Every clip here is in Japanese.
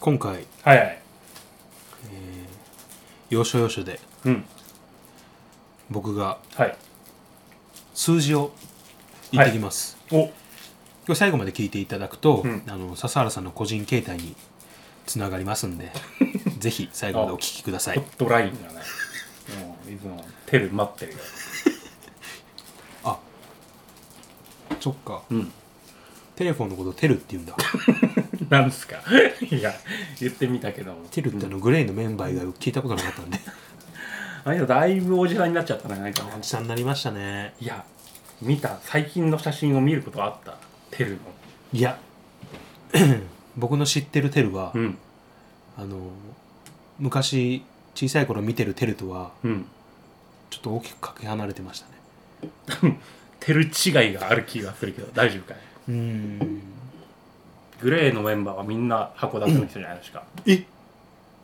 今回、はいはい要所要所でうん僕がはい数字を言ってきます、お今日最後まで聞いていただくと、うんあの笹原さんの個人形態につながります んでぜひ最後までお聞きくださホッいトラインがねもういつもテル待ってるよあそっかうんテレフォンのことテルって言うんだなんすかいや言ってみたけどテルってあのグレイのメンバー以外聞いたことなかった んであいつだいぶおじさんになっちゃったねなんかおじさんになりましたねいや見た最近の写真を見ることあったテルのいや 僕の知ってるテルは、んあの昔小さい頃見てるテルとはうんちょっと大きくかけ離れてましたねテル違いがある気がするけど大丈夫かいうんグレーのメンバーはみんな函館の人じゃないですかえ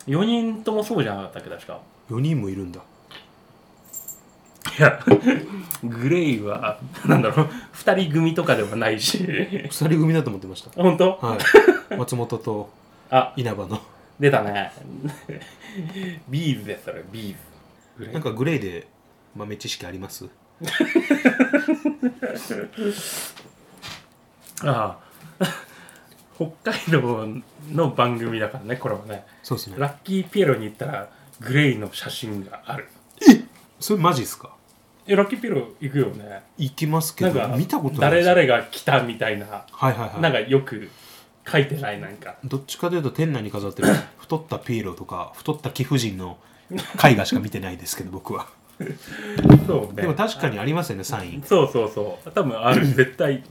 4人ともそうじゃなかったっけ確か4人もいるんだいやグレイはなんだろう2人組とかではない し二人組だと思ってました本当はい 松本とあ稲葉の出たねビーズですそれビーズグレなんイかグレーで豆知識ありますああ北海道の番組だからねこれはねそうですねラッキーピエロに行ったらグレイの写真があるそれマジっすかえラッキーピエロ行くよね行きますけなんどか見たことない誰です々が来たみたいなはいはいはいなんかよく書いてないなんかどっちかというと店内に飾ってる太ったピエロとか太った貴婦人の絵画しか見てないですけど僕はそうでねも確かにありますよねサインそうそうそう多分 ある絶対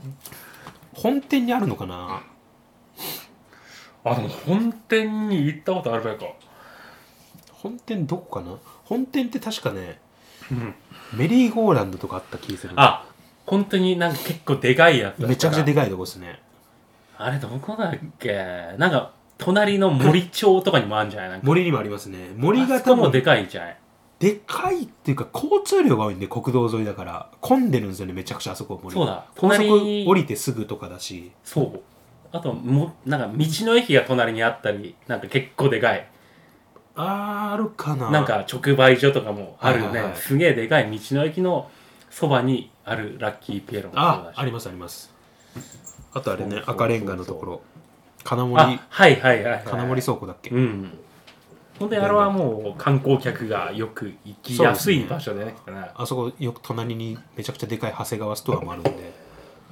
本店にあるのかなあでも本店に行ったことあるばいか本店どこかな本店って確かねうんメリーゴーランドとかあった気がするあ本当になんか結構でかいやつだっためちゃくちゃでかいとこですねあれどこだっけなんか隣の森町とかにもあるんじゃないなんか森にもありますね森あがそこ多も分でかいじゃないでかいっていうか交通量が多いんで国道沿いだから混んでるんですよねめちゃくちゃあそこ森そうだ高隣速に降りてすぐとかだしそうあともなんか道の駅が隣にあったりなんか結構でかいあーあるかななんか直売所とかもあるよね、はいはいはいすげえでかい道の駅のそばにあるラッキーピエロもそうあだしありますありますあとあれそうねそう赤レンガのところ金森あはいはいはい、はい、金森倉庫だっけ、うん本当にあれはもう観光客がよく行きやすい場所でねきっとねあそこよく隣にめちゃくちゃでかい長谷川ストアもあるんで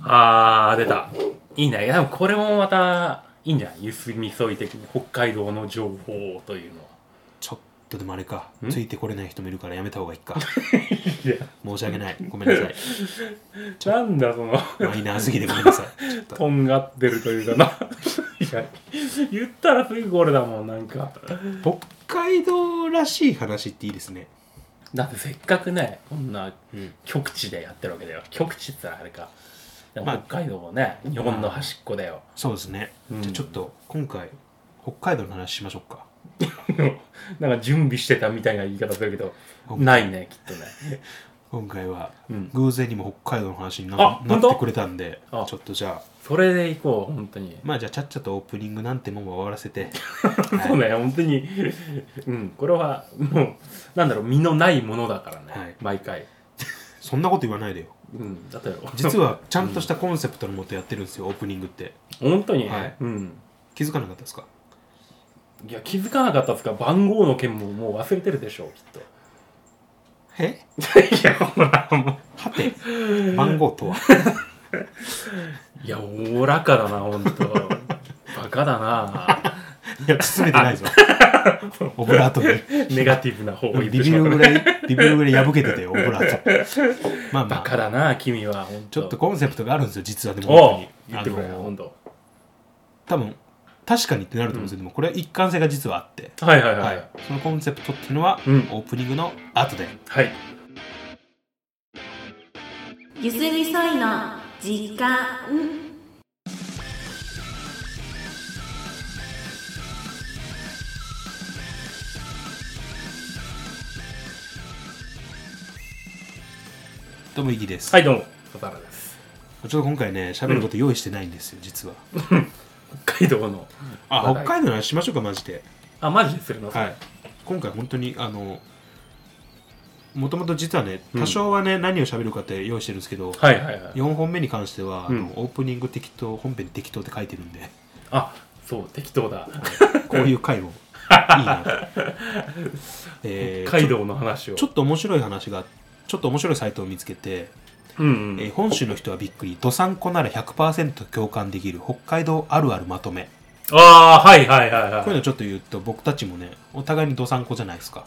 あー出たいいねいやでもこれもまたいいんじゃないゆすみそい的に北海道の情報というのはちょっとでもあれかんついてこれない人もいるからやめた方がいいか いや申し訳ないごめんなさいなん だそのマイナーすぎてごめんなさいちょっととんがってるというかな いや言ったらすぐこれだもんなんか北海道らしい話っていいですね、だってせっかくねこんなうん、極地でやってるわけだよ極地って言ったらあれかでもまあ北海道もね、日本の端っこだよそうですね、うんじゃあちょっと今回北海道の話しましょうか なんか準備してたみたいな言い方するけど北海ないねきっとね今回はうん偶然にも北海道の話になあなっ本当てくれたんであちょっとじゃあそれでいこう本当にまあじゃあちゃっちゃとオープニングなんてもんは終わらせて そうね、本当に、うん、これはもう、なんだろう、身のないものだからね、はい毎回。そんなこと言わないでようん、だって、実 はちゃんとしたコンセプトのもとやってるんですよオープニングって 本当に、はいうん。気づかなかったですかいや、気づかなかったっすか、番号の件ももう忘れてるでしょう、きっ と。えいや、ほら、もはて番号 とはう。いや、おおらかだな、本当。バカ だな。いや包めて ないぞオブラート でネガティブな方を言っビてビしまるぐう。らいビビるぐらい破けてたよオブラー トまあまバあカだな、君は、本ち当ょっと、コンセプトがあるんですよ、実はでもおう本当に。言ってくれあよ、の本当。多分確かにってなると思うんですけど、もこれは一貫性が実はあって、はいはいは。はいい、そのコンセプトっていうのは、うんオープニングの後で。はい。ゆすみそいの時間どうも、イギです。はい、どうも、小原です。ちょっと今回ね、喋ること用意してないんですよ、実は。北海道のあ北海道の話しましょうかマジであマジでするの、はい、今回本当にあのもともと実はねうん多少はね、何を喋るかって用意してるんですけど、はいはいはい4本目に関しては、あのうんオープニング適当本編適当って書いてるんであそう適当だこういう回もいいなと、えー北海道の話をちょちょっと面白い話がちょっと面白いサイトを見つけて、うんうん、えー本州の人はびっくりどさんこなら100%共感できる北海道あるあるまとめああはいはいはいこういうはいのちょっと言うと僕たちもねお互いにどさんこじゃない ですか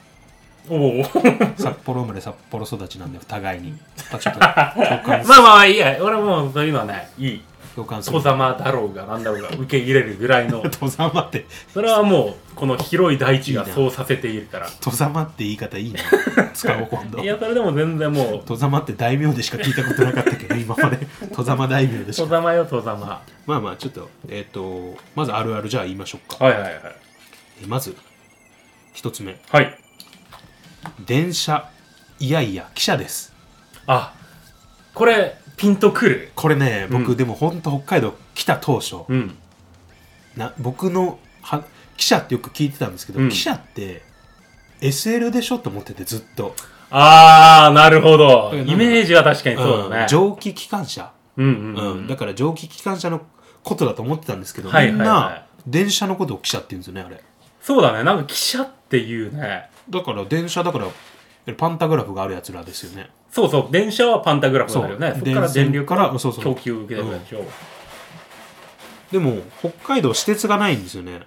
おおー札幌生まれ札幌育ちなんで互いにまあちょっと 共感すまあまあいいや俺もうそういうのはないいい共感する外様だろうがなんだろうが受け入れるぐら いのとざまってそれはもうこの広い大地がそうさせているからとざまって言い方いいな使おう今度いやそれでも全然もうとざまって大名でしか聞いたことなかったけど今までとざま大名でし外か様よ外様まあまあちょっとえっ、とまずあるあるじゃあ言いましょうか、はいはいはいえまず一つ目はい電車いやいや汽車ですあこれピンとくるこれね僕、うんでも本当北海道来た当初、うんな僕のは記者ってよく聞いてたんですけど、うん記者って SL でしょと思っててずっと、あーなるほどえなんだイメージは確かにそうだうんね蒸気機関車、うんうんうんうんだから蒸気機関車のことだと思ってたんですけど、はいはいはいみんな電車のことを記者って言うんですよねあれそうだねなんか汽車っていうねだから電車だからパンタグラフがあるやつらですよねそうそう電車はパンタグラフになるよねそうそこから電力電線からそうそう供給を受けてるでしょでも北海道私鉄がないんですよね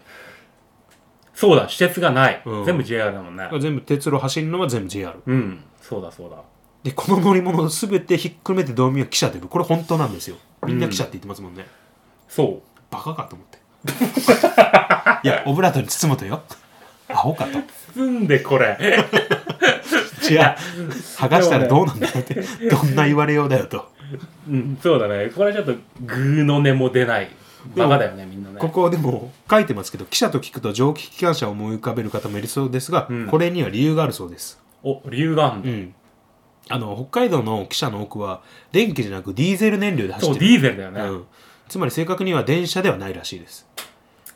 そうだ施設がないうん全部 JR だもんねだから全部鉄路走るのは全部 JR うんそうだそうだでこの乗り物全てひっくるめて道民は記者でるこれ本当なんですよみんな記者って言ってますもんね、そうバカかと思 っていやオブラートに包むとよアホかと包んでこれ 違う剥がしたらどうなんだよってどんな言われようだよとうんそうだねこれちょっとグーの音も出ないバカだよねみんなねここでも書いてますけど記者と聞くと蒸気機関車を思い浮かべる方もいるそうですが、うんこれには理由があるそうですお理由があんうのんあの北海道の汽車の多くは電気じゃなくディーゼル燃料で走そっうてデるィーゼルだよねうん、つまり正確には電車ではないらしいです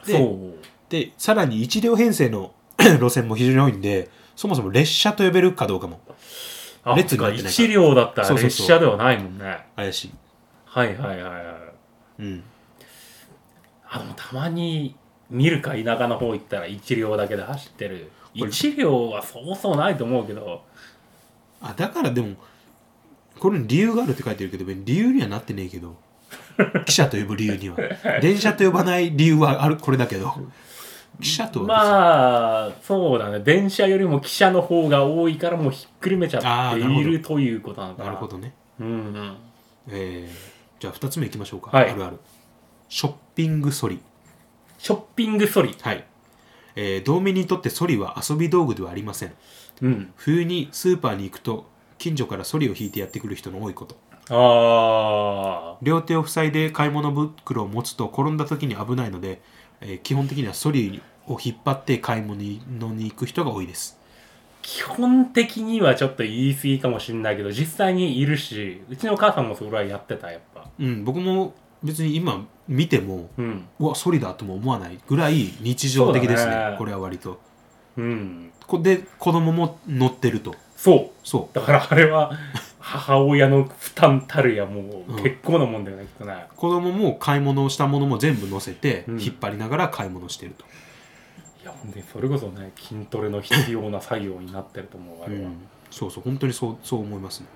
でそうでさらに1両編成の 路線も非常に多いんでそもそも列車と呼べるかどうかもあ列になってないから1両だったらそうそう列そう車ではないもんね怪しいはいはいはいはいうんあのたまに見るか田舎の方行ったら1両だけで走ってる1両はそうそうないと思うけどあだからでもこれに理由があるって書いてるけど別に理由にはなってねえけど 汽車と呼ぶ理由 には電車と呼ばない理由はあるこれだけど汽車とは別にまあそうだね電車よりも汽車の方が多いからもうひっくるめちゃあっーてなるほいどるということなのかななるほどねうんうんえー、じゃあ2つ目いきましょうか、はいあるあるショッピングソリショッピングソリはいえー、道民にとってソリは遊び道具ではありませんうん冬にスーパーに行くと近所からソリを引いてやってくる人の多いことあ両手を塞いで買い物袋を持つと転んだ時に危ないので、えー基本的にはソリを引っ張って買い物に行く人が多いですー基本的にはちょっと言い過ぎかもしれないけど実際にいるしうちの母さんもそれはやってたやっぱうん僕も別に今見てもうんうわソリだとも思わないぐらい日常的ですそうねだねこれは割とうんこで子供も乗ってるとそうそうだからあれは母親の負担たるやもううん結構なもんだよね、きっとね子供も買い物をしたものも全部乗せてうん引っ張りながら買い物してると、いやほんでそれこそね筋トレの必要な作業になってると思うあうれはんそうそう本当にそうそう思いますね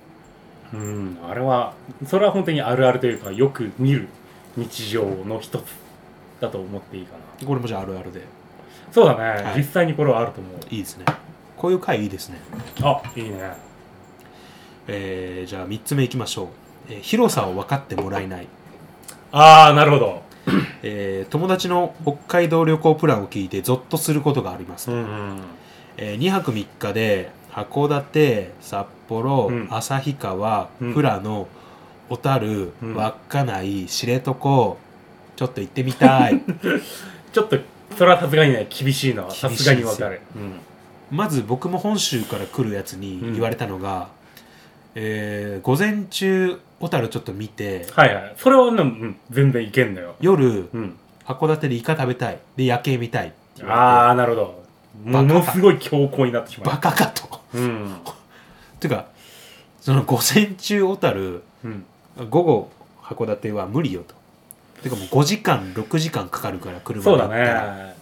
うん、あれはそれは本当にあるあるというかよく見る日常の一つだと思っていいかなこれもじゃああるあるでそうだね、はい実際にこれはあると思ういいですねこういう回いいですねあいいねえーじゃあ3つ目いきましょう、えー広さを分かってもらえない、ああなるほどえー友達の北海道旅行プランを聞いてゾッとすることがあります、うんうんえ2泊3日で函館札幌、うん旭川、うん富良野小樽うん稚内知床ちょっと行ってみた いちょっとそれはさすがにね厳しいのはさすがにわかる、うん、まず僕も本州から来るやつに言われたのが、えー午前中小樽ちょっと見てはいはいそれはね、うん、全然いけんのよ夜うん函館でイカ食べたいで夜景見たいって言わああなるほどバカものすごい強硬になってしれてまバカかと ううんてかその午前中小樽うん午後函館は無理よとてかもう5時間6時間かかるから車でそう行だったらね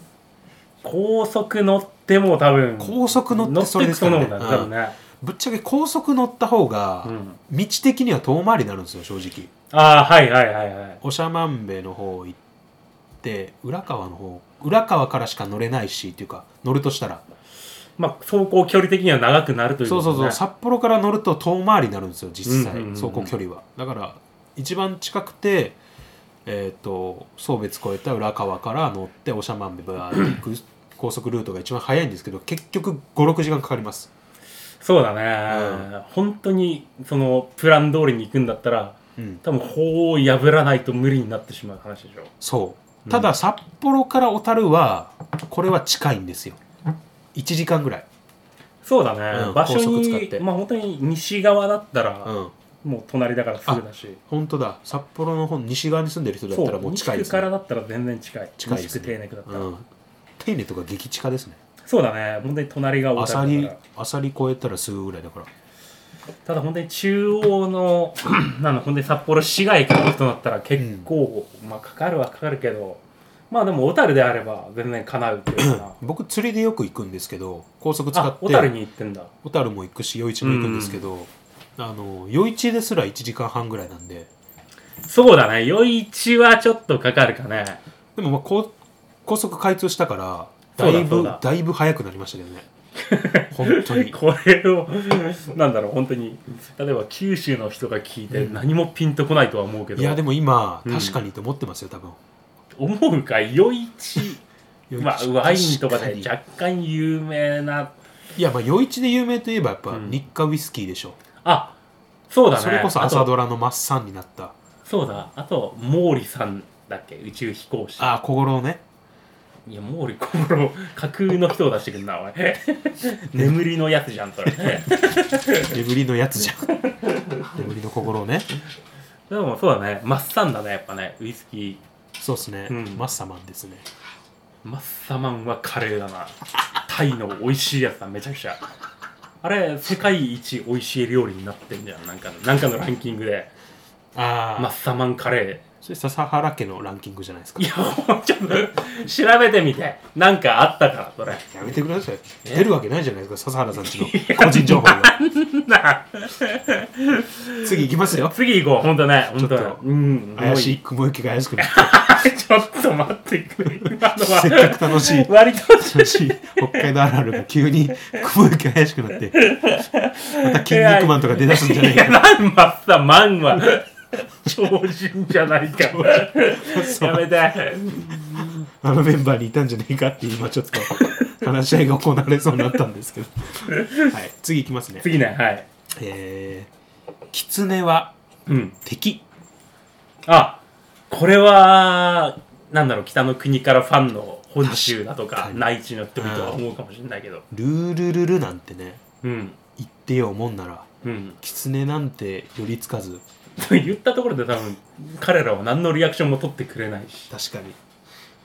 高速乗っても多分高速乗ってそれですからね乗ってくと思うんだねぶっちゃけ高速乗った方が多分ねうん道的には遠回りになるんですよ正直ああはいはいはいはい長万部の方行って浦川の方浦川からしか乗れないしっていうか乗るとしたらまあ走行距離的には長くなるというそうことそうそう、ね札幌から乗ると遠回りになるんですよ実際、うんうんうんうん走行距離はだから一番近くてえっ、と送別越えた浦川から乗って長万部バーって行く高速ルートが一番早いんですけど結局56時間かかりますそうだね、本当にそのプラン通りに行くんだったらうん多分法を破らないと無理になってしまう話でしょそうただ札幌から小樽はこれは近いんですよ1時間ぐらい、そうだね、うん場所高速使っにてまあ本当に西側だったうら、ん、もう隣だからすぐだし本当だ札幌の方西側に住んでる人だっそたらもうう西近いで区すからねだったら全然近い近いです西区ね手ネ区だったら、うん手稲とか激近ですねそうだね本当に隣があ小さ樽りだからあさり越えたらすぐぐらいだからただ本当に中央の なんだ本当に札幌市外から行くとなったら結構、まあかかるはかかるけどまあでも小樽であれば全然叶うっていうか僕釣りでよく行くんですけど高速な使あっ小樽てに行ってんだ小樽も行くし余市も行くんですけど、あの余市ですら1時間半ぐらいなんでそうだね余市はちょっとかかるかねでもまあ高高速開通したからだそうだいそぶうだだいぶ早くなりましたけどね 本当にこれをなんだろう本当に例えば九州の人が聞いて何もピンとこないとは思うけど、いやでも今うん確かにと思ってますよ多分思うか余市余市まあワインとか確でに若干有名ないやまあ余市で有名といえばやっぱうん日課ウイスキーでしょ、あそうだねそれこそあと朝ドラのマッサンになったそうだあと毛利さんだっけ宇宙飛行士ああ小五郎ねいや毛利小五郎架空の人を出してくんなお前 眠りのやつじゃんそれ で眠りのやつじゃん 眠りの小五郎ねもそうだねマッサンだねやっぱねウイスキそうっすね、うんマッサマンですねーマッサマンはカレーだなタイの美味しいやつだめちゃくちゃあれ世界一美味しい料理になってんじゃんなんかなんかのランキングであマッサマンカレそれ笹原家のランキングじゃないですかーいやもうちょっと調べてみてなんかあったからそれやめてくださいえ出るわけないじゃないですか笹原さんちの個人情報がな次行きますよ次行こうほんとねほんとちょっとうん怪しい雲行きが怪しくなってちょっと待ってくれ。今のせっかはく楽しい割と楽しい北海道あるあるが急に雲行きが怪しくなってまた「筋肉マン」とか出だすんじゃないいかや、なんマッサマンは超人じゃないか。やめて。あのメンバーにいたんじゃないかって今ちょっと話し合いが行われそうになったんですけどはい次行きますね次ね、はい。えー、狐はうん。敵あ、これは、なんだろう、北の国からファンの本州だと確かか、に内地の人々は思うかもしれないけど。ルールルルなんてねうん。言ってようもんならうん。狐なんて寄りつかずと言ったところで多分、彼らは何のリアクションも取ってくれないし。確かに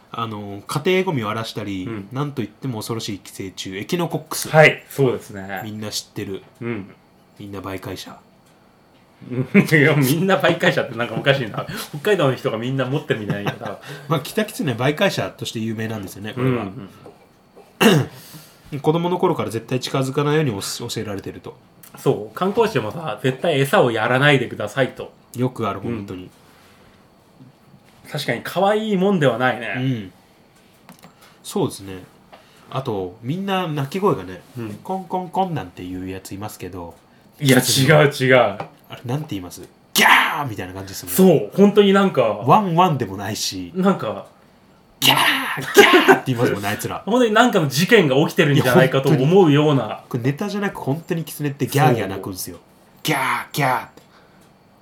あの家庭ゴミを荒らしたり、うんなんといっても恐ろしい寄生虫エキノコックス、はい、そうですみね。んな知ってるうん。みんな媒介者うん いやみんな媒介者ってなんかおかしいな北海道の人がみんな持ってるみたいな言い方まあキタキツネ媒介者として有名なんですよねこうれは、ん子供の頃から絶対近づかないようにお教えられてるとそう観光地でもさ絶対餌をやらないでくださいとよくある本当に確かに可愛いもんではないうん、ね、そうですねあとみんな鳴き声がね、うんコンコンコンなんていうやついますけどいや違う違うあれなんて言いますギャーみたいな感じですもんねそう本当になんかワンワンでもないし、なんかあって言いますもんね、あいつら。本当になんかの事件が起きてるんじゃないかといや本当思うようなこれネタじゃなく、本当にキツネってギャーギャー鳴くんですよ。ギャーギャーっ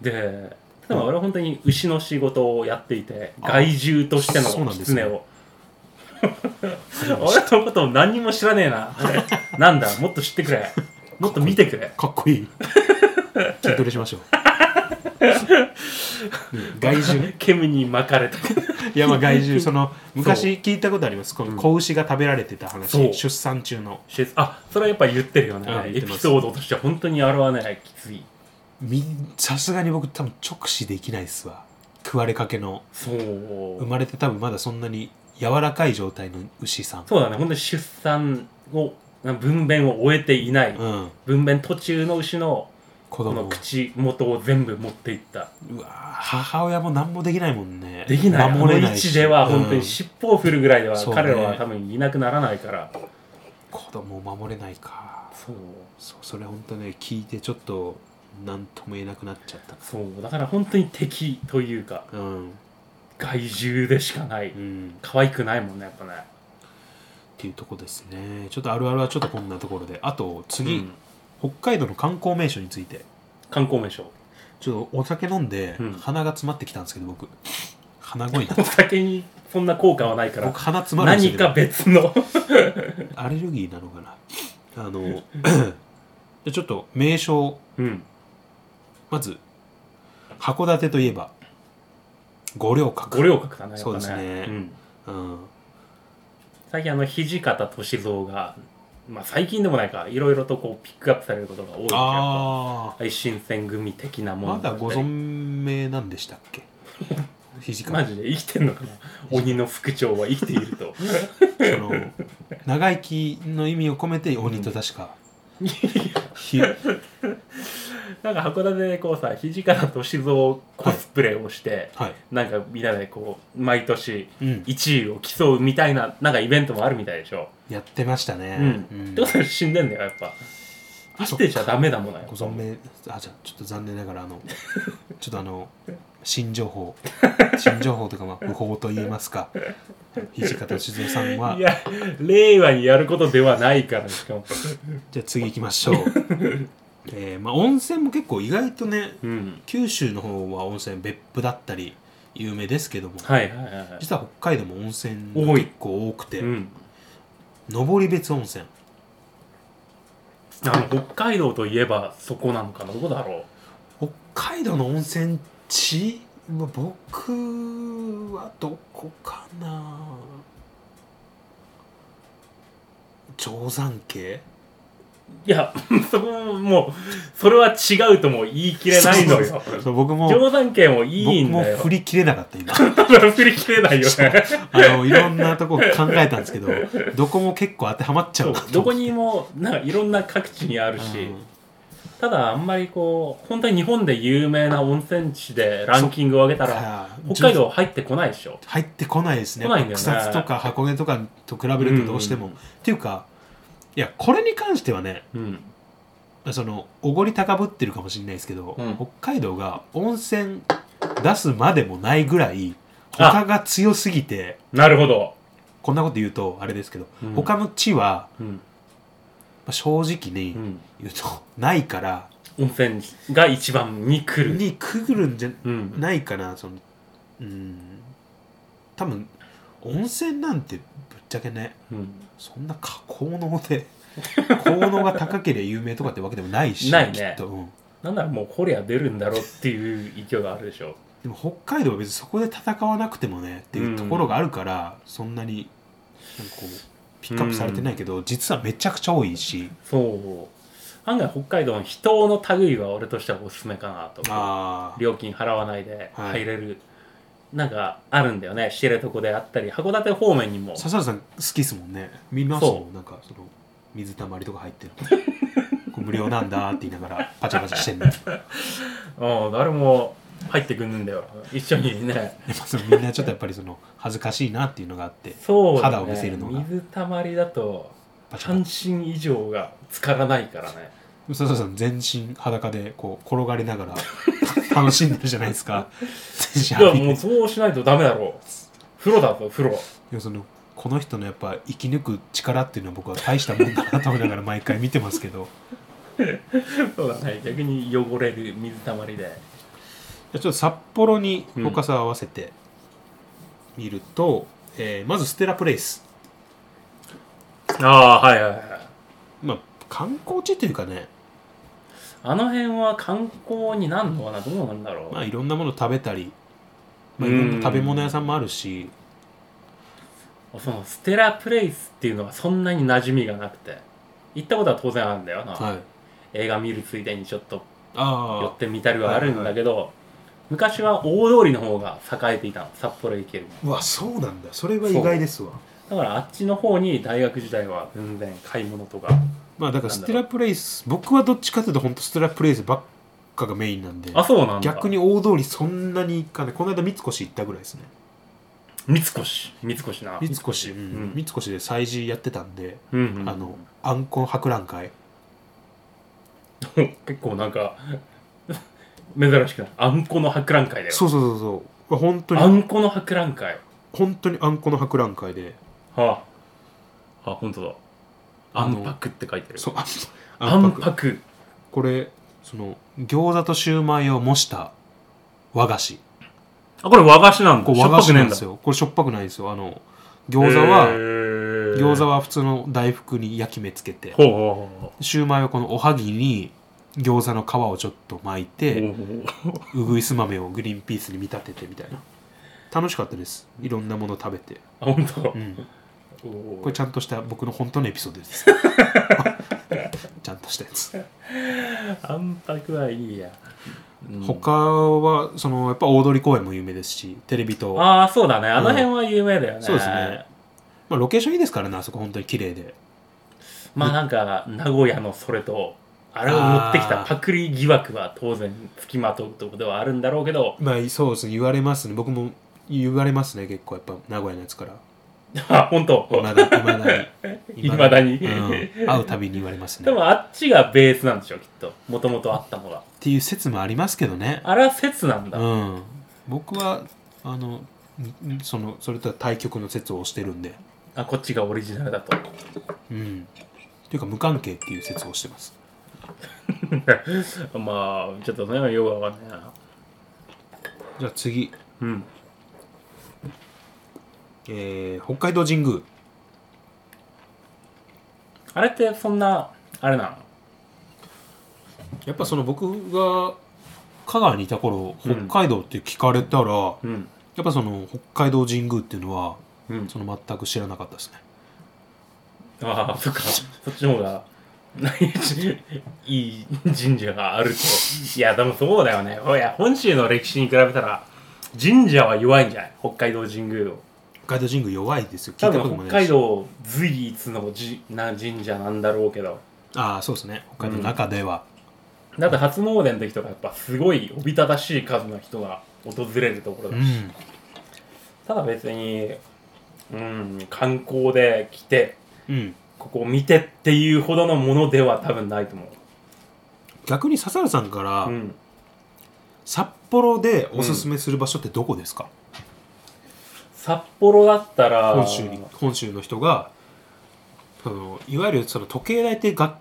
て。ででも俺は本当に牛の仕事をやっていて害獣としてそうのなんですね狐 を俺のことを何にも知らねえな なんだもっと知ってくれもっと見てくれかっこいい。筋トレしましょう。害獣煙に巻かれ たいやまあ害 獣その昔聞いたことありますこの子牛が食べられてた話、そう出産中のしあそれはやっぱ言ってるよね、うん言エってピますソードとしては本当にあれはねきついみさすがに僕多分直視できないっすわ食われかけのそう、生まれて多分まだそんなに柔らかい状態の牛さんそうだね本当に出産を分娩を終えていない、うん分娩途中の牛の子こ供のを口元を全部持っていったうわー母親も何もできないもんねできない守れあなのい位し置では本当うにん尻尾を振るぐらいではそうね彼らは多分いなくならないから子供を守れないかそうそうそれ本当ね聞いてちょっと何とも言えなくなっちゃったそうだから本当に敵というかうん害獣でしかない、うんっ可愛くないもんねやっぱねていうとこですねちょっとあるあるはちょっとこんなところであと次、うん北海道の観光名所について観光名所ちょっとお酒飲んで、うん鼻が詰まってきたんですけど僕鼻 声になっお酒にそんな効果はないから僕鼻詰まるんです何けかど別のアレルギーなのかなあの でちょっと名所うんまず函館といえば五稜五郭、稜郭だねやっぱねそうですねうんうん、最近あの土方歳三がまあ最近でもないかいろいろとこうピックアップされることが多いけどやっああぱ一新選組的なものまだご存命なんでしたっけ土方マジで生きてんのかな鬼の副長は生きてい るとその長生きの意味を込めて鬼と確か、ひなんか函館でこうさ土方歳三コスプレをして、はい、なんかみんなでこう毎年うん、 1位を競うみたいななんかイベントもあるみたいでしょ、やってましたうね、うんんってことは死んでんだよやっぱ生きてちゃダメだもんなよご存命あじゃあちょっと残念ながらあ のちょっとあの新情報新情報というかまあ不法と言います か土方歳三さんはいや令和にやることではないからしかもじゃあ次行きましょう えーまあ温泉も結構意外とねうん九州の方は温泉別府だったり有名ですけども、はいはいはいはい実は北海道も温泉が結構多くてうん、登別温泉あの北海道といえばそこなのかなどうだろ北海道の温泉地まあ僕はどこかな定山系ういや そこももうそれは違うとも言い切れないのそうよ そうそう僕も冗談系もいい僕んもだよ振り切れなかった今振り切れないよねあのいろんなとこ考えたんです けどどこも結構当てはまっちゃそううなと どこ思ってにもなんかいろんな各地にあるうし、んただあんまりこう本当に日本で有名な温泉地でランキングを上げたらはい北海道入ってこないでしょ入ってこないですね来ないんだよね草津とか箱根とかと比べるとどうしても、うんっていうかいやこれに関してはねうんそのおごり高ぶってるかもしれないですけど、うん北海道が温泉出すまでもないぐらいあ他が強すぎてなるほど、こんなこと言うとあれですけど、うん他の地は、うんまあ正直にうん言うと、ないから温泉が一番に来る、にくぐるんじゃうん、ないかなそのうん多分温泉なんてぶっちゃけねうんそんなか効能 で効能が高ければ有名とかってわけでもないしないねきっと、うんなんならもうこりゃ出るんだろうっていう勢いがあるでしょでも北海道は別にそこで戦わなくてもねっていうところがあるから、そんなになんかこうピックアップされてないけど、実はめちゃくちゃ多いしそう案外北海道の人の類は俺としてはおすすめかなとあー料金払わないではい入れる、なんかあるんだよね知床であったり函館方面にも笹原さん好きですもんね見ますもそんなんかその水たまりとか入ってるこれ無料なんだって言いながらパチャパチャしてんの、ね、うん誰も入ってくんねんだよ一緒にねまあそのみんなちょっとやっぱりその恥ずかしいなっていうのがあってそうだね肌を見せるのが水たまりだとパチャパチャ半身以上が浸からないからねそうそうそう全身裸でこう転がりながら楽しんでるじゃないですかい全身や歩いてもうそうしないとダメだろう風呂だぞ風呂でもそのこの人のやっぱ生き抜く力っていうのは僕は大したもんだなと思いながら毎回見てますけどそうだね逆に汚れる水たまりでじゃあちょっと札幌にうんフォーカスを合わせて見ると、えーまずステラプレイス、ああはいはいはいまあ、観光地というかねあの辺は観光になんのかなどうなんだろう、まあいろんなもの食べたり、まあ、いろんな食べ物屋さんもあるしそのステラプレイスっていうのはそんなに馴染みがなくて行ったことは当然あるんだよな、はい映画見るついでにちょっと寄あってみたりはあるんだけど、昔は大通りの方が栄えていたの札幌行けるあうわそうなんだそれは意外ですわだからあっちの方に大学時代は全然買い物とかまあだからステラプレイス僕はどっちかというと本当ステラプレイスばっかがメインなんであそうなんだ逆に大通りそんなに行かないこの間三越行ったぐらいですね三越三越な三越、ううんん、三越で催事やってたんで、うんうんあのあんこ博覧会 結構なんか 珍しくないあんこの博覧会だよそうそうそうそう本当あにんこの博覧会本当にあんこの博覧会ではああ本当だああのんぱくって書いてるそうああんんぱくぱくこれその餃子とシューマイを模した和菓子あこれ和菓子なんだこれ和菓子なんですよこれしょっぱくないんですよあの餃子は餃餃子は普通の大福に焼き目つけてほうほうほうほシューマイはこのおはぎに餃子の皮をちょっと巻いうてほうほううぐいす豆をグリーンピースに見立ててみたいな楽しかったですいろんなもの食べて、あ本当うん、おーこれちゃんとした僕の本当のエピソードです ちゃんとしたやつあんぱくはいいや、うん他はそのやっぱ大通公園も有名ですしテレビとああそうだねあの辺は有名だよね、そうですねまあ、ロケーションいいですからねあそこ本当に綺麗でまあなんか名古屋のそれとあれを持ってきたパクリ疑惑は当然つきまとうところではあるんだろうけどまあそうですね言われますね僕も言われますね結構やっぱ名古屋のやつからあ本当いまだいまだに 未だにうん会うたびに言われますね でっもあっちがベースなんでしょきっともともとあったのがていう説もありますけどねあれは説なんだ、うん僕はあのんそのそれとは対局の説を推してるんであこっちがオリジナルだと うんというか無関係っていう説を推してますまあちょっとねよくわかんないなじゃあ次、うんえー北海道神宮あれってそんなあれなのやっぱその僕が香川にいた頃北海道って聞かれたら、うんやっぱその北海道神宮っていうのはうんその全く知らなかったですねああそっかそっちの方が いい神社があるといやでもそうだよねいや本州の歴史に比べたら神社は弱いんじゃない北海道神宮を北海道神宮弱いですよ聞多いたことも分ない北海し道随一のじな神社なんだろうけどああそうですね北海道の中では、だって初詣の時とかやっぱすごいおびただしい数の人が訪れるところだ、うんただ別にうん観光で来てうんここを見てっていうほどのものでは多分ないと思う逆に笹原さんから、うん札幌でおすすめする場所ってどこですか、札幌だったら本州に本州の人がそのいわゆるその時計台ってがっ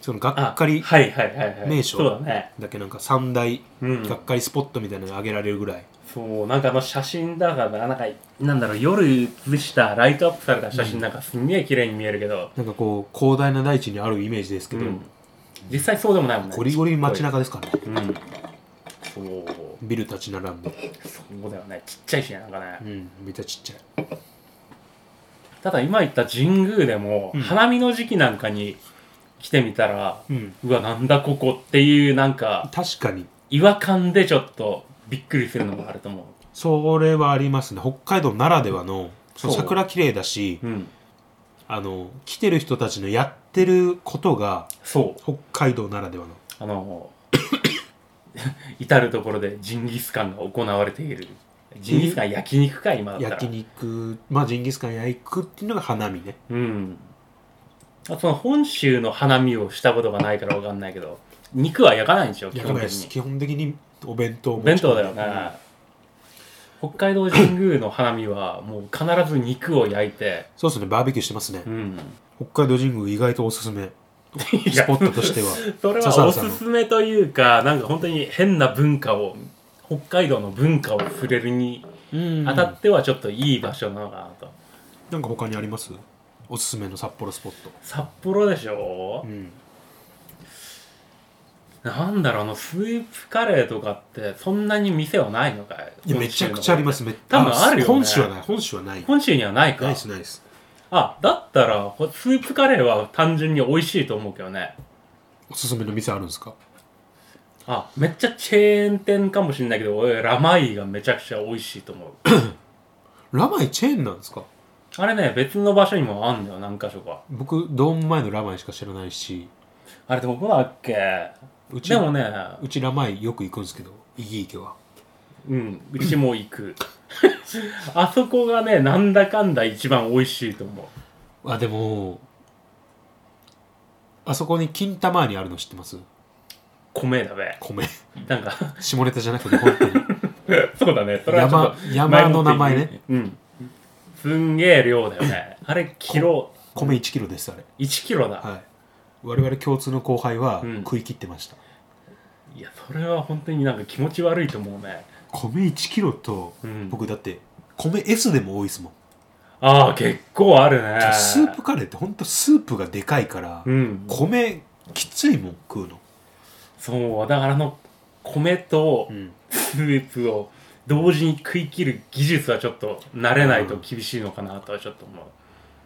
そのがっかりはいはいはいはい名所そうだねだけなんか三大うんがっかりスポットみたいなのが挙げられるぐらい、そうなんかあの写真だからなんかなんだろう夜写したライトアップされた写真なんかすんげえ綺麗に見えるけど、なんかこう広大な大地にあるイメージですけど、うん実際そうでもないもんねゴリゴリ街中ですからねうんそうビル立ち並んで、そうだよねちっちゃいしねなんかね、うん、めっちゃちっちゃいただ今言った神宮でも、うん花見の時期なんかに来てみたら、うん、うわなんだここっていうなんか確かに違和感でちょっとびっくりするのもあると思それはありますね北海道ならではのそのそう桜綺麗だしううんあの来てる人たちのやってることがそう北海道ならではのあの 至る所でジンギスカンが行われているジンギスカン焼肉か今だったら焼肉まあジンギスカン焼くっていうのが花見ねうんあその本州の花見をしたことがないからわかんないけど肉は焼かないんでしょ基焼か本ない的ですに基本的にお弁当持ち込ん弁で当だよね北海道神宮の花見はもう必ず肉を焼いてそうですねバーベキューしてますねうん北海道神宮意外とおすすめいやスポットとしてはそれ笹はお原さんすのすめというかなんか本当に変な文化を北海道の文化を触れるにうん当たってはちょっといい場所なのかなと、なんか他にありますおすすめの札幌スポット札幌でしょ、うんなんだろうあのスープカレーとかってそんなに店はないのかいいやめちゃくちゃありますすめ多分あるよね本州はない本州はない本州にはないかないですないですあだったらほスープカレーは単純に美味しいと思うけどねおすすめの店あるんですかあめっちゃチェーン店かもしれないけど俺ラマイがめちゃくちゃ美味しいと思うラマイチェーンなんですかあれね別の場所にもあんだよ何か所か僕ドーム前のラマイしか知らないしあれどこだっけうちでもねうちラマイよく行くんですけどイギ池はうんうちも行く あそこがねなんだかんだ一番美味しいと思うあでもあそこに金玉にあるの知ってます米だべ米 なんか 下ネタじゃなくて本当にそうだねそれはちょっ山と山の名前ねうんすんげえ量だよねあれキロ米1キロですあれ1キロだ、はい我々共通の後輩はうん食い切ってました、い、やそれは本当になんか気持ち悪いと思うね米1キロと、うん僕だって米 S でも多いですもん、ああ結構あるねスープカレーってほんとスープがでかいから、うん米きついもん食うの、そうだからあの米とん、スープを同時に食い切る技術はちょっと慣れないと厳しいのかなとはちょっと思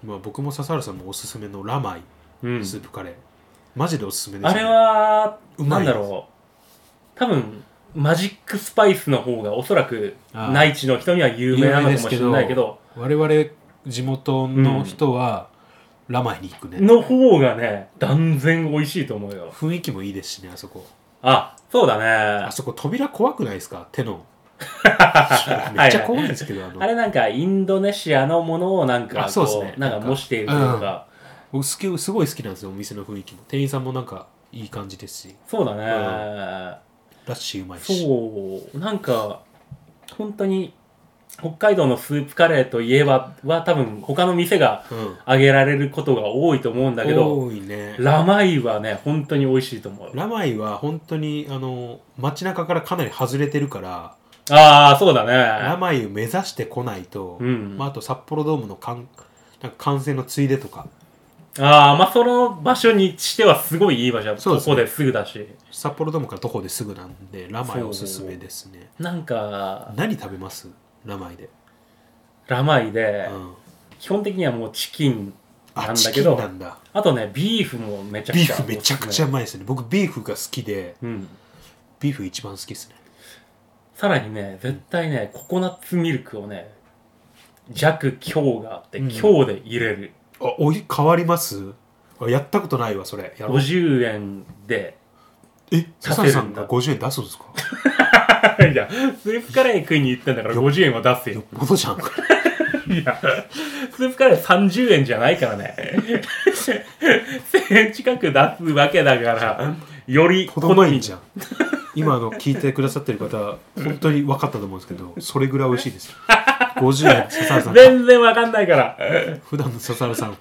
まあ僕も笹原さんもおすすめのラマイう、うん、スープカレー、マジでおすすめですあれはうなまんいだろう多分マジックスパイスの方がおそらくあー内地の人には有名なのかもしれないけど我々地元の人は、ラマイに行くね、の方がね断然美味しいと思うよ雰囲気もいいですしねあそこあそうだねあそこ扉怖くないですか手 のいめっちゃ怖いんですけど、あのあれなんかインドネシアのものをなんかあそうっすこねうなんか模しているというか、僕好きすごい好きなんですよお店の雰囲気も店員さんもなんかいい感じですしそうだね、ラッシーうまいしそうなんか本当に北海道のスープカレーといえばは多分他の店がう、ん、挙げられることが多いと思うんだけど多いねラマイはね本当に美味しいと思うラマイは本当にあの街中からかなり外れてるから、ああそうだラねマイを目指してこないと、うんまあ、あと札幌ドームのかんなんか完成のついでとかああまあその場所にしてはすごいいい場所だそうこですねこですぐだし札幌ドームから徒歩ですぐなんでラマイおすすめですねなんか何食べますラマイで、ラマイうで、ん、基本的にはもうチキンなあんチだキけンどなあんだとねビーフもめちゃくビちゃーフめちゃくちゃうまいですね僕ビーフが好きでうんビーフ一番好きですねさらにね絶対ねココナッツミルクをね弱強があってうん強で入れる、あおい変わりますあやったことないわそれやろう50円でえ笹野さん出せるがんだ50円出すんですかいやスープカレー食いに行ったんだから50円は出すよっよぽどじゃ んいやスープカレー30円じゃないからね1000円近く出すわけだからよりとどまいんじゃゃん今あの聞いてくださってる方本当に分かったと思うんですけどそれぐらい美味しい ですよ50円笹原さん全然わかんないから普段の笹原さん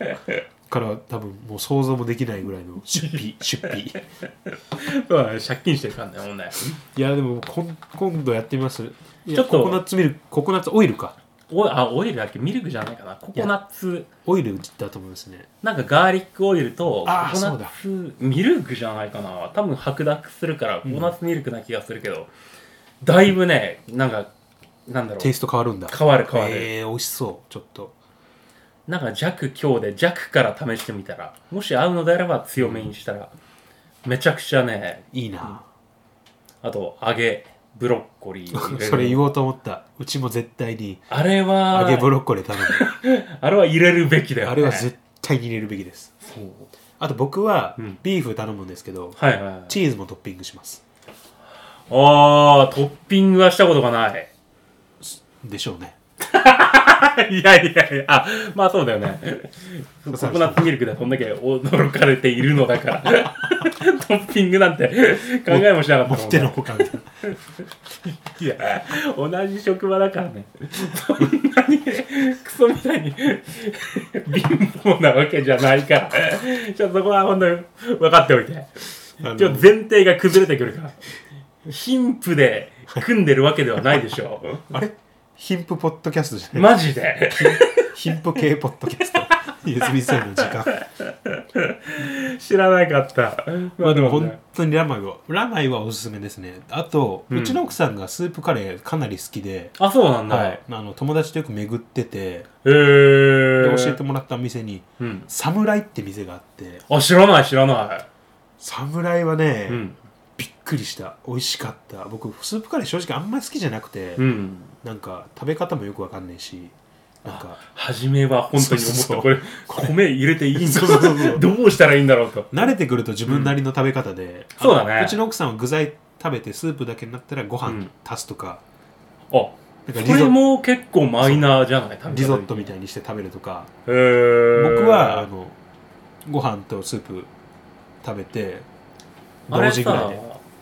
からは多分もう想像もできないぐらいの出 費出費そうだね借金してるからねもうねいやでもこん今度やってみますいやちょっとココナッツミルクココナッツオイルかおあオイルだっけミルクじゃないかなココナッツオイルだと思いますねなんかガーリックオイルとココあーナッツミルクじゃないかな多分白濁するからココナッツミルクな気がするけど、だいぶねなんかなんだろテイうスト変わるんだ変わる変わるえー、美味しそうちょっとなんか弱強で弱から試してみたらもし合うのであれば強めにしたら、めちゃくちゃねいいな、あと揚げブロッコリーを入れ るそれ言おうと思ったうちも絶対にあれは揚げブロッコリー頼むあれは入れるべき だよ、ね、あれは絶対に入れるべきですそうあと僕はうんビーフ頼むんですけど、はいはいはいチーズもトッピングしますあートッピングはしたことがないでしょうね いやいやいやあまあそうだ よねそコうそうコナッツミルクでそんだけ驚かれているのだから トッピングなんて考えもしなかっ持たもんってねのほかみたいないや同じ職場だからねそんなにクソみたいに貧乏なわけじゃないからちょっとそこは本当に分かっておいてあの ちょっと前提が崩れてくるから貧富で組んでるわけではないでしょうあれ貧富ポッドキャストじゃないマジで 貧富系ポッドキャストゆずりそいの時間知らなかった。まあでも、本ね、当にラマイはラマイはおすすめですねあと、ううんちの奥さんがスープカレーかなり好きで、あ、そうなんだ。はへい、あの友達とよく巡っててえでー。教えてもらったお店にうん「サムライ」って店があってあ、知らない、知らなサムライはね、い。うん。びっくりした美味しかった僕スープカレー正直あんまり好きじゃなくて、うん。なんか食べ方もよくわかんないしなんか初めは本当に思った。そうそうそうこれ、米入れていいんだ そうそうそうそうどうしたらいいんだろうと。慣れてくると自分なりの食べ方で、うんそうだねあのうちの奥さんは具材食べてスープだけになったらごう飯ん足すとか,、あ、なんそかリれゾも結構マイナーじゃないリゾットみい。たいにして食べるとかへー僕はあのご飯とスープ食べてあ同れ時ぐらいでさ、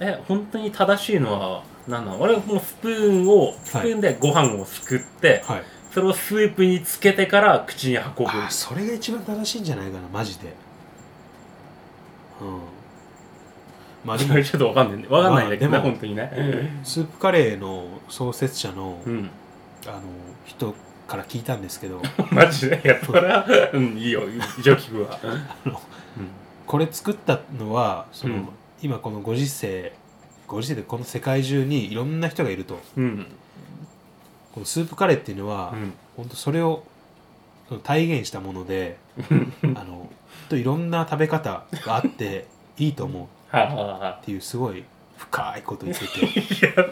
え、本当に正しいのは何なの俺もうスプーンを、スプーンでご飯をすくって、はいそれをスープにつけてから口に運ぶ。あーそれが一番正しいんじゃないかなマジでうんまあでちも ょっとわかんないね。わかんないんだけどね、まあでも本当にね。スープカレーの創設者の,、うん。あの人から聞いたんですけどマジで やったら、うん、いいよ、一応聞く わ。うこれ作ったのはその、うん今このご時世ご時世でこの世界中にいろんな人がいるとん。うん。このスープカレーっていうのは、うん本当それをその体現したものであのほんといろんな食べ方があっていいと思うはあ、はあはあっていうすごい深いこと言ってて。 いや、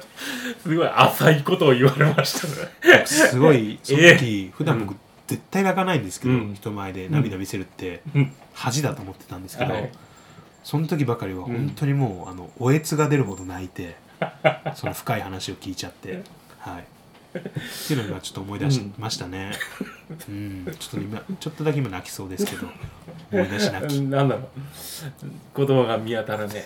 すごい浅いことを言われましたね。すごいその時、普段僕、う絶対泣かないんですけど、うん人前で涙見せるって、うん恥だと思ってたんですけど、はいその時ばかりはうん本当にもう、あのおえつが出るほど泣いてその深い話を聞いちゃってはいっていうのがちょっと思い出しましたね、うんちょっと今ちょっとだけ今泣きそうですけど思い出し泣きなんだろう。言葉が見当たらね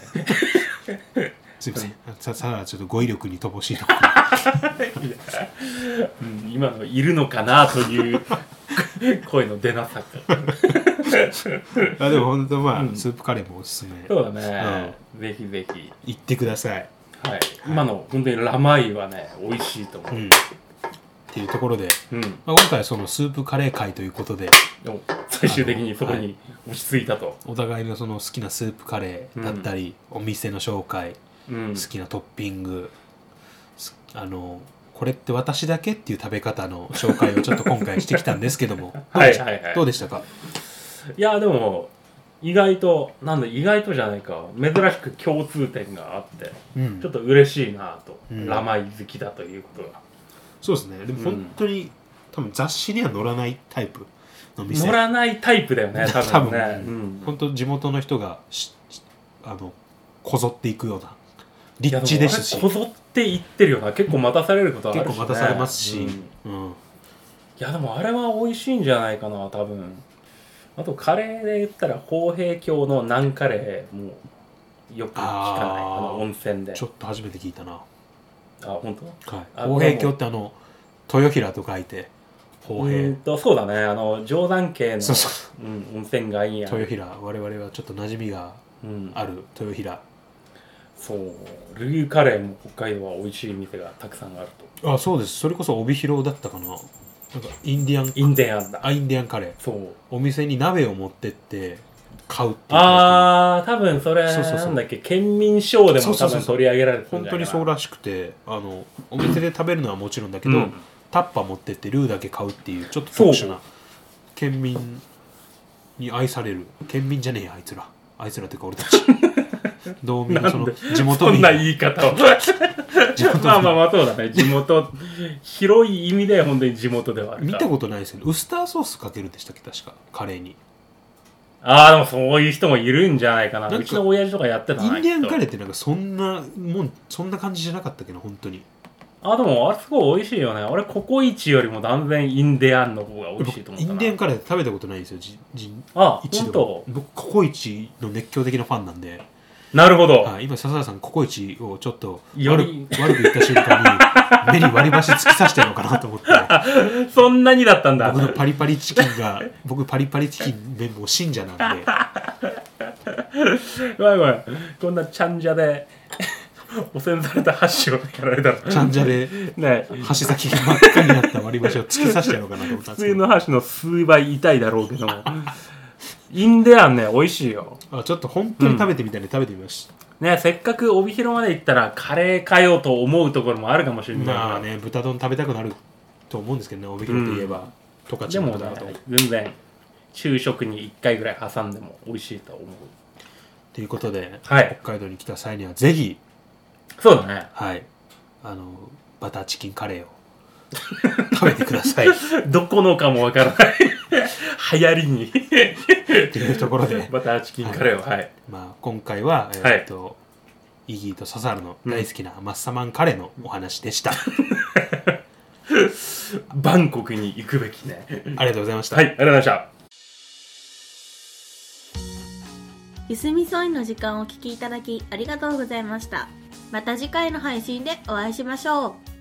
え。すいませんささらちょっと語彙力に乏しいところうん、今のいるのかなと いう声の出なさがあでも本当まあ、うんスープカレーもおすすめそうだね、ぜひぜひ、行ってください、はい、今の本当にラマイはね美味しいと思うう、ん、っていうところでうんまあ、今回はそのスープカレー会ということででも最終的にそこに落ち着いたと、お互いのその好きなスープカレーだったり、お店の紹介うん好きなトッピング、すあのこれって私だけっていう食べ方の紹介をちょっと今回してきたんですけども はどいうでしたはいはいどうでしたかいやでも意外となんだ意外とじゃないか珍しく共通点があってうんちょっと嬉しいなと、うんラマイ好きだということがそうですねでも本当に、多分雑誌には載らないタイプの店乗らないタイプだよね多多分分ね本当地元の人がししあのこぞっていくような立地ですしいやもあれこぞって行ってるよな結構待たされることはある結し、ね、構待たされますし、うんうんいやでもあれは美味しいんじゃないかな多分あとカレーで言ったら豊平郷のナンカレーもよく聞かなあいーあの温泉でちょっと初めて聞いたなあ本はい、あ砲兵橋ってあの豊平と書いて当砲う兵ーんとそうだねあの定山系のそうそうん、温泉街や、豊平我々はちょっと馴染みがうん、ある豊平そうルーカレーも北海道は美味しい店がたくさんあるとあそうですそれこそ帯広だったかななんかインディアンインディアンだあインディアンカレーそうお店に鍋を持ってって買うっていうあー多分それそうそうそうなんだっけ県民賞でそうもそ多うそう分取り上げられてたん本じゃ当ないにかそうならしくてあのお店で食べるのはもちろんだけど、うんタッパー持ってってルーだけ買うっていうちょっとそう特殊な県民に愛される県民じゃねえやあいつらあいつらっていうか俺た ち道民のその地元そん民な言い方を まあまあまあそうだね地元広い意味で本当に地元ではある見からたことないですけどウスターソースかけるでしたっけ確かカレーにああでもそういう人もいるんじゃないかななんかうちの親父とかやってたインなディアンカレーーってなんかそんなもんそんな感じじゃなかったっけど本当にあーでもあれすごい美味しいよね俺ココイチよりも断然インディアンの方が美味しいと思イったンなディアンカレー食べたことないんですよじじあ一本度当も僕ココイチの熱狂的なファンなんで、なるほど、はい、今笹田さんココイチをちょっとよ悪り悪く言った瞬 間に目に割り箸突き刺してるのかなと思ってそんなにだったんだ僕のパリパリチキンが僕パリパリチキン麺も信者なんでごめんごめんこんなちゃんじゃで汚染された箸をやられたらちゃんじゃでね箸先が真っ赤になった割り箸を突き刺してやろうかなと思ったん普ですけ通どの箸の数倍痛いだろうけどもインデアンね美味しいよあちょっと本当に食べてみたいで食べてみまし、ねせっかく帯広まで行ったらカレーかよと思うところもあるかもしたれないまあね豚丼食べたくなると思うんですけどね帯広といえば十で勝のも豚ねだと。全然昼食に1回ぐらい挟んでも美味しいと思うということではい北海道に来た際にはぜひそうだねはいあのバターチキンカレーを食べてくだ さい どこのかもわからない流行り にっていうとこ ろで、バターチキンカレーをはいまあ、今回は、えはいーっとイギーとササルの大好きなマッサマンカレーのお話で した、バンコクに行くべきねありがとうございました、はいありがとうございましたゆすみそいの時間をお聞きいただきありがとうございましたまた次回の配信でお会いしましょう